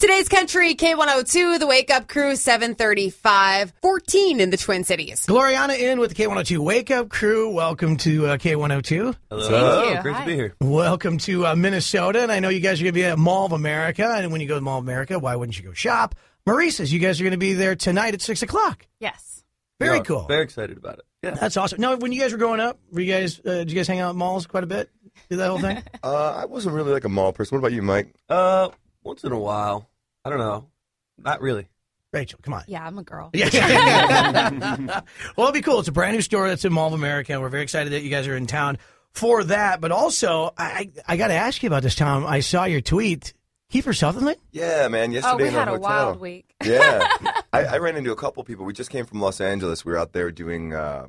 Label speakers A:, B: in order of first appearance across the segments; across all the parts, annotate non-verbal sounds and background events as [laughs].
A: Today's country, K102, the wake up crew, 735, 14 in the Twin Cities.
B: Gloriana in with the K102 Wake Up Crew. Welcome to uh, K102.
C: Hello. Great to be here.
B: Welcome to uh, Minnesota. And I know you guys are going to be at Mall of America. And when you go to Mall of America, why wouldn't you go shop? Maurice's, you guys are going to be there tonight at 6 o'clock.
D: Yes.
B: Very
C: Yeah,
B: cool.
C: Very excited about it. Yeah.
B: That's awesome. Now, when you guys were growing up, were you guys, uh, did you guys hang out at malls quite a bit? Do that whole
C: [laughs]
B: thing?
C: Uh, I wasn't really like a mall person. What about you, Mike? Uh, once in a while. I don't know. Not really.
B: Rachel, come on.
D: Yeah, I'm a girl.
B: Yeah. [laughs] well, it'll be cool. It's a brand new store that's in Mall of America, and we're very excited that you guys are in town for that. But also, I I got to ask you about this, Tom. I saw your tweet. Keeper Sutherland?
C: Yeah, man.
B: Oh,
C: Yesterday in our hotel.
E: week.
B: [laughs]
C: yeah, I, I ran into a couple people. We just came from Los Angeles. We were out there doing uh,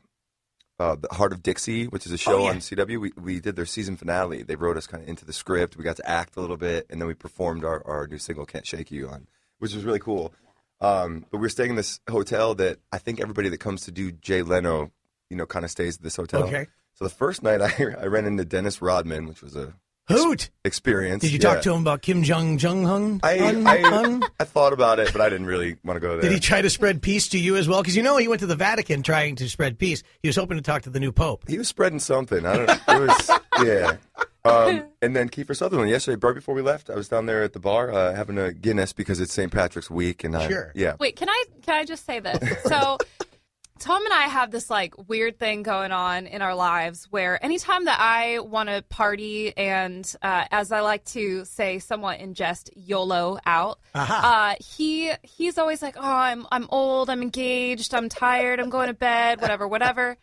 C: uh, the Heart of Dixie, which is a show
B: Oh, yeah.
C: on CW. We we did their season finale. They wrote us kind of into the script. We got to act a little bit, and then we performed our, our new single "Can't Shake You" on, which was really cool. Um, but we were staying in this hotel that I think everybody that comes to do Jay Leno, you know, kind of stays at this hotel.
B: Okay.
C: So the first night [laughs] I, I ran into Dennis Rodman, which was a
B: Hoot!
C: experience.
B: Did you
C: Yeah.
B: talk to him about Kim Jong Jong Hun?
C: I,
B: Hun? Hun?
C: I, I thought about it, but I didn't really want to go there.
B: Did he try to spread peace to you as well? Because you know he went to the Vatican trying to spread peace. He was hoping to talk to the new pope.
C: He was spreading something. I don't know. It was, [laughs] yeah. Um, and then Kiefer Sutherland yesterday, right before we left, I was down there at the bar uh, having a Guinness because it's St. Patrick's Week, and I
B: Sure.
C: yeah.
E: Wait, can I can I just say this? So [laughs] Tom and I have this like weird thing going on in our lives where anytime that I want to party and uh, as I like to say somewhat in jest YOLO out, uh, he he's always like, "Oh, I'm I'm old, I'm engaged, I'm tired, I'm going to bed, whatever, whatever."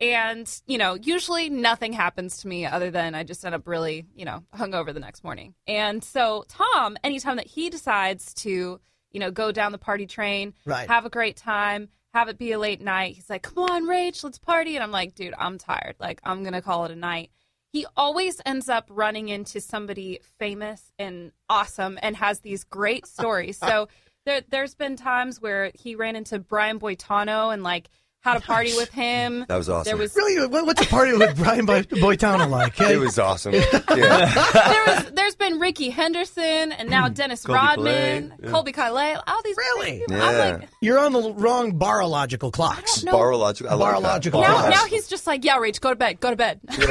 E: And, you know, usually nothing happens to me other than I just end up really, you know, hungover the next morning. And so Tom, anytime that he decides to, you know, go down the party train,
B: Right.
E: have a great time, have it be a late night, he's like, come on, Rach, let's party. And I'm like, dude, I'm tired. Like, I'm going to call it a night. He always ends up running into somebody famous and awesome and has these great stories. So there, there's been times where he ran into Brian Boitano and like had a party with him.
C: That was awesome.
E: There [laughs] was
B: Really? What- What's a party with Brian Boy- Boitano like?
C: It
E: [laughs]
C: was awesome. Yeah.
E: there was there's been Ricky Henderson and now Dennis
C: Colby
E: Rodman,
C: Calais, Mm. yeah.
E: Colby Calais, all these
B: Really?
E: people.
C: Yeah.
E: I'm like
B: You're on the wrong barological clocks.
E: No.
C: Barological. I like that.
B: Barological.
E: now,
B: Wow.
E: now he's just like, yeah, Rach, go to bed, go to bed.
C: Yeah. [laughs]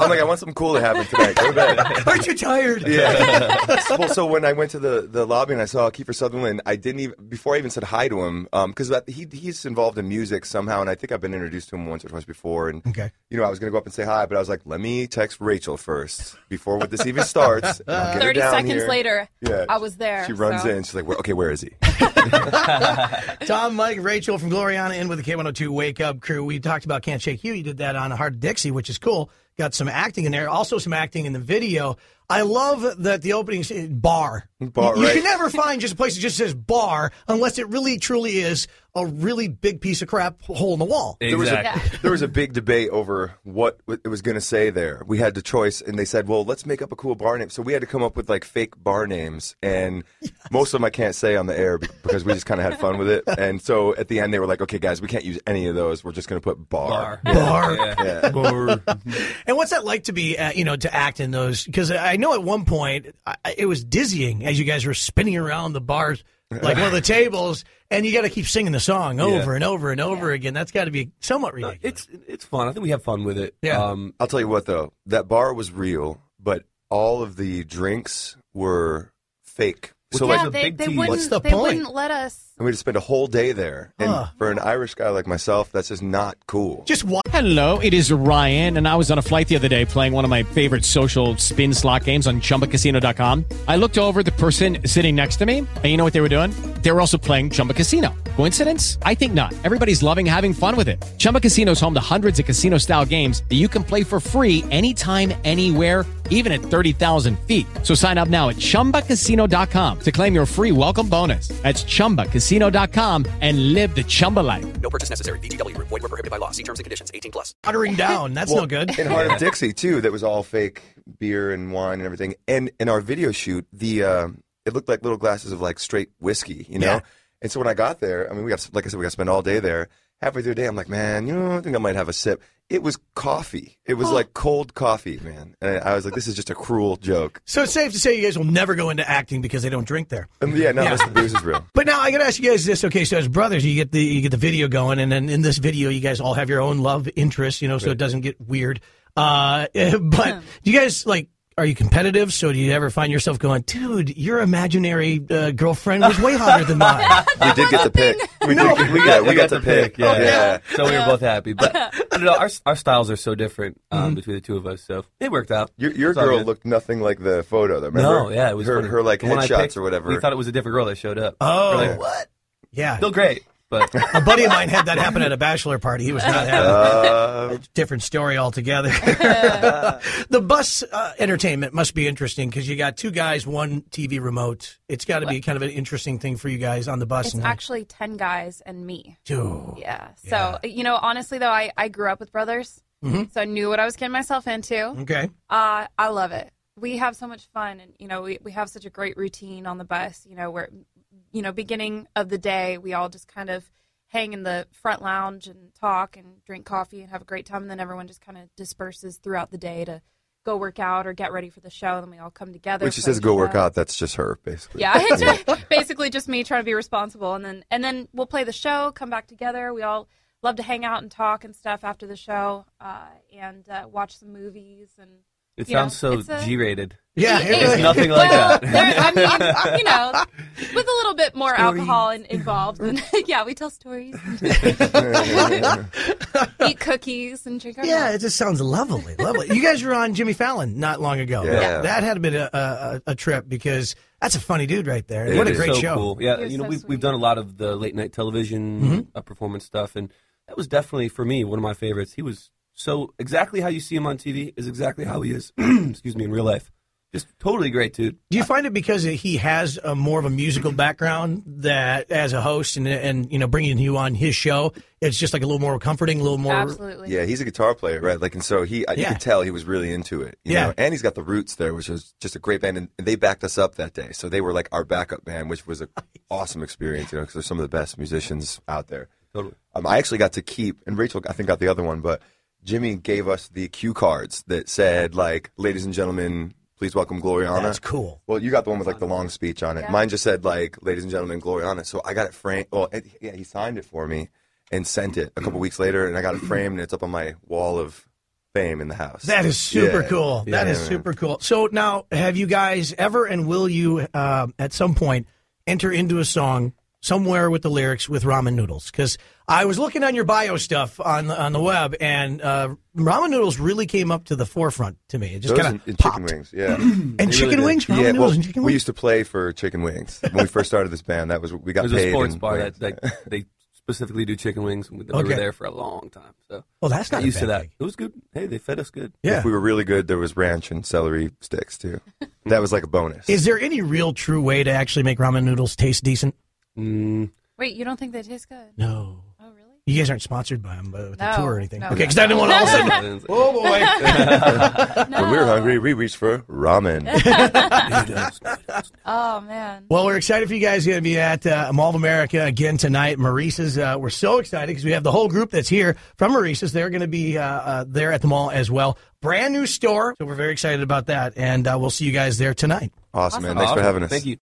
C: I'm like, I want something cool to happen tonight. Go
E: [laughs]
C: to bed.
B: Aren't you tired?
C: Yeah. [laughs] well, so when I went to the, the lobby and I saw Kiefer Sutherland, I didn't even before I even said hi to him because he he's involved in music somehow, and I think I've been introduced to him once or twice before. And
B: Okay.
C: you know, I was gonna go up and say hi, but I was like, let me text Rachel first before what this even starts. and I'll get her
E: Thirty
C: down
E: seconds
C: here."
E: later,
C: Yeah.
E: I was there.
C: She runs
E: so.
C: in. She's like, "Where- okay, where is he?
B: Tom, Mike, Rachel from Gloriana in with the K102 Wake Up Crew. We talked about Can't Shake You. You did that on Hard Dixie, which is cool. Got some acting in there, also some acting in the video. I love that the opening s- bar.
C: Bar,
B: you, you
C: right.
B: can never find just a place that just says bar unless it really truly is a really big piece of crap hole in the wall.
C: There was,
E: Yeah.
C: a, [laughs] there was a big debate over what w- it was going to say there. We had the choice, and they said, well, let's make up a cool bar name. So we had to come up with like fake bar names, and most of them I can't say on the air be- because we just kind of had fun with it. And so at the end, they were like, okay, guys, we can't use any of those. We're just going to put bar.
B: Bar.
C: Yeah. [laughs]
B: And what's that like to be, uh, you know, to act in those? Because I know at one point I, I- it was dizzying as you guys were spinning around the bars, like
C: [laughs]
B: one of the tables, and you got to keep singing the song over and over and over again. That's got to be somewhat ridiculous.
F: It's it's fun. I think we have fun with it.
B: Yeah.
F: Um,
C: I'll tell you what, though, that bar was real, but all of the drinks were fake. So,
E: yeah,
C: like,
E: they,
F: big
E: they
F: tease.
E: wouldn't
B: What's the
E: they
B: point?
E: wouldn't let us
C: And we just spend a whole day there. And for an Irish guy like myself, that's just not cool.
B: Just one.
G: Hello, it is Ryan, and I was on a flight the other day playing one of my favorite social spin slot games on chumbacasino.com. I looked over at the person sitting next to me, and you know what they were doing? They were also playing Chumba Casino. Coincidence? I think not. Everybody's loving having fun with it. Chumba Casino is home to hundreds of casino style games that you can play for free anytime, anywhere, even at 30,000 feet. So sign up now at chumbacasino.com to claim your free welcome bonus. That's chumbacasino.com and live the Chumba life.
H: No purchase necessary. VGW Group. Void were prohibited by law. See terms and conditions. 18 plus.
B: Watering
C: [laughs]
B: down. That's
C: Well,
B: no good.
C: In Heart of Dixie too, that was all fake beer and wine and everything. And in our video shoot, the uh, it looked like little glasses of like straight whiskey, you know.
B: Yeah.
C: And so when I got there, I mean, we got like I said, we got to spend all day there. Halfway through the day, I'm like, man, you know, I think I might have a sip. It was coffee. It was like cold coffee, man. And I was like, this is just a cruel joke.
B: So it's safe to say you guys will never go into acting because they don't drink there.
C: And yeah, no, that's the booze is [laughs] real.
B: But now I got to ask you guys this. Okay, so as brothers, you get the you get the video going, and then in this video, you guys all have your own love interests, you know, so it doesn't get weird. Uh, [laughs] but do you guys like? Are you competitive? So do you ever find yourself going, dude, your imaginary uh, girlfriend was way hotter than mine?
C: We did get the pick. We
F: No.
C: did. We, yeah, we
F: I
C: got the pick.
F: Yeah,
C: yeah.
F: Oh, So we were both
E: [laughs]
F: happy, but I don't know. Our, our styles are so different um, between the two of us, so it worked out.
C: Mm-hmm. Your, your
F: It's all
C: girl
F: good.
C: looked nothing like the photo, though.
F: No,
C: Remember?
F: yeah, it was
C: her,
F: funny.
C: her like
F: The one I
C: headshots
F: picked,
C: or whatever.
F: We thought it was a different girl that showed up.
B: Oh.
F: We're like, what?
B: Yeah.
F: Still great, but
B: A buddy of mine had that happen at a bachelor party. He was not happy.
C: Uh,
B: different story altogether. the bus uh, entertainment must be interesting because you got two guys, one TV remote. It's got to be kind of an interesting thing for you guys on the bus.
E: It's
B: and
E: actually 10 guys and me.
B: Dude.
E: Yeah. So, you know, honestly, though, I, I grew up with brothers,
B: Mm-hmm.
E: so I knew what I was getting myself into.
B: Okay.
E: Uh, I love it. We have so much fun, and you know, we, we have such a great routine on the bus. You know, where, you know, beginning of the day, we all just kind of hang in the front lounge and talk and drink coffee and have a great time, and then everyone just kind of disperses throughout the day to go work out or get ready for the show. And then we all come together.
C: when she
E: for
C: says
E: the
C: go
E: show.
C: work out, that's just her, basically.
E: Yeah, [laughs] it's basically just me trying to be responsible, and then and then we'll play the show, come back together. We all love to hang out and talk and stuff after the show, uh, and uh, watch some movies. And
F: it
E: you know,
F: sounds so
E: it's a-
C: [laughs]
F: G-rated.
B: Yeah. it
F: There's
E: [laughs]
B: really-
F: nothing like
E: well,
F: that.
E: there, I mean, you know,
F: [laughs]
E: with a little bit more alcohol in, involved, and [laughs] yeah, we tell stories, eat cookies, and drink our
B: yeah,
E: milk.
B: it just sounds lovely, lovely. You guys were on Jimmy Fallon not long ago.
C: Yeah.
B: That, that had been a, a, a trip because that's a funny dude right there.
C: It
B: what a
C: is.
B: great
F: so
B: show.
F: Cool. Yeah,
E: You're
F: you know,
E: so
F: we've,
E: sweet.
F: we've done a lot of the late night television
B: Mm-hmm.
F: uh, performance stuff, and that was definitely for me one of my favorites. He was so exactly how you see him on TV is exactly how he is. [clears throat] excuse me, in real life, just totally great dude.
B: Do you find it because he has a more of a musical background that as a host and and you know bringing you on his show, it's just like a little more comforting, a little more.
E: absolutely.
C: [laughs] Yeah, he's a guitar player, right? Like, and so he, I you
B: Yeah.
C: could tell he was really into it. You
B: Yeah.
C: know? and he's got the roots there, which was just a great band, and they backed us up that day, so they were like our backup band,
F: [laughs]
C: which was an awesome experience, you know, because they're some of the best musicians out there.
F: Totally.
C: Um, I actually got to keep, and Rachel, I think, got the other one, but Jimmy gave us the cue cards that said, like, "Ladies and gentlemen, please welcome Gloriana."
B: That's cool.
C: Well, you got the one with like the long speech on it. Mine just said like, "Ladies and gentlemen, Gloriana." So I got it framed. Well, it, yeah, he signed it for me and sent it a couple weeks later, and I got it framed, and it's up on my wall of fame in the house.
B: That is super
C: Yeah.
B: cool. that
C: Yeah,
B: is
C: man.
B: super cool. So now, have you guys ever and will you um, at some point enter into a song somewhere with the lyrics with ramen noodles? Because I was looking on your bio stuff on the, on the web, and uh, ramen noodles really came up to the forefront to me. It just
C: Those
B: kind
C: and-
B: of
C: and
B: popped.
C: chicken wings, yeah.
B: And [clears throat]
F: They
B: chicken
F: really did.
B: wings, ramen
C: yeah,
B: noodles,
C: well,
B: and chicken
C: we
B: wings.
C: used to play for chicken wings when we first started this band. That was we got
F: There's
C: paid.
F: a sports
C: in
F: bar
C: wings.
B: [laughs]
F: that, that they specifically do chicken wings. We we
B: Okay.
F: were there for a long time, so
B: Well, that's
F: got
B: not a
F: used to
B: bad
F: that.
B: thing.
F: It was good. Hey, they fed
B: [laughs]
F: us good.
B: yeah.
C: If we were really good, there was ranch and celery sticks too. That was like a bonus.
B: Is there any real true way to actually make ramen noodles taste decent?
F: Mm,
E: Wait, you don't think they taste good?
B: No.
E: Oh, really?
B: You guys aren't sponsored by them but with the
E: No,
B: tour or anything.
E: no.
B: Okay, because I
E: [laughs]
B: didn't want all of a sudden.
F: oh
C: when we were hungry, we reached for ramen.
B: [laughs]
F: boy!
E: Oh man.
B: Well, we're excited for you guys. Going to be at uh, Mall of America again tonight. Maurice's. Uh, we're so excited because we have the whole group that's here from Maurice's. They're going to be uh, uh, there at the mall as well. Brand new store, so we're very excited about that. And uh, we'll see you guys there tonight.
C: awesome, man. Thanks for having us.
F: Thank you.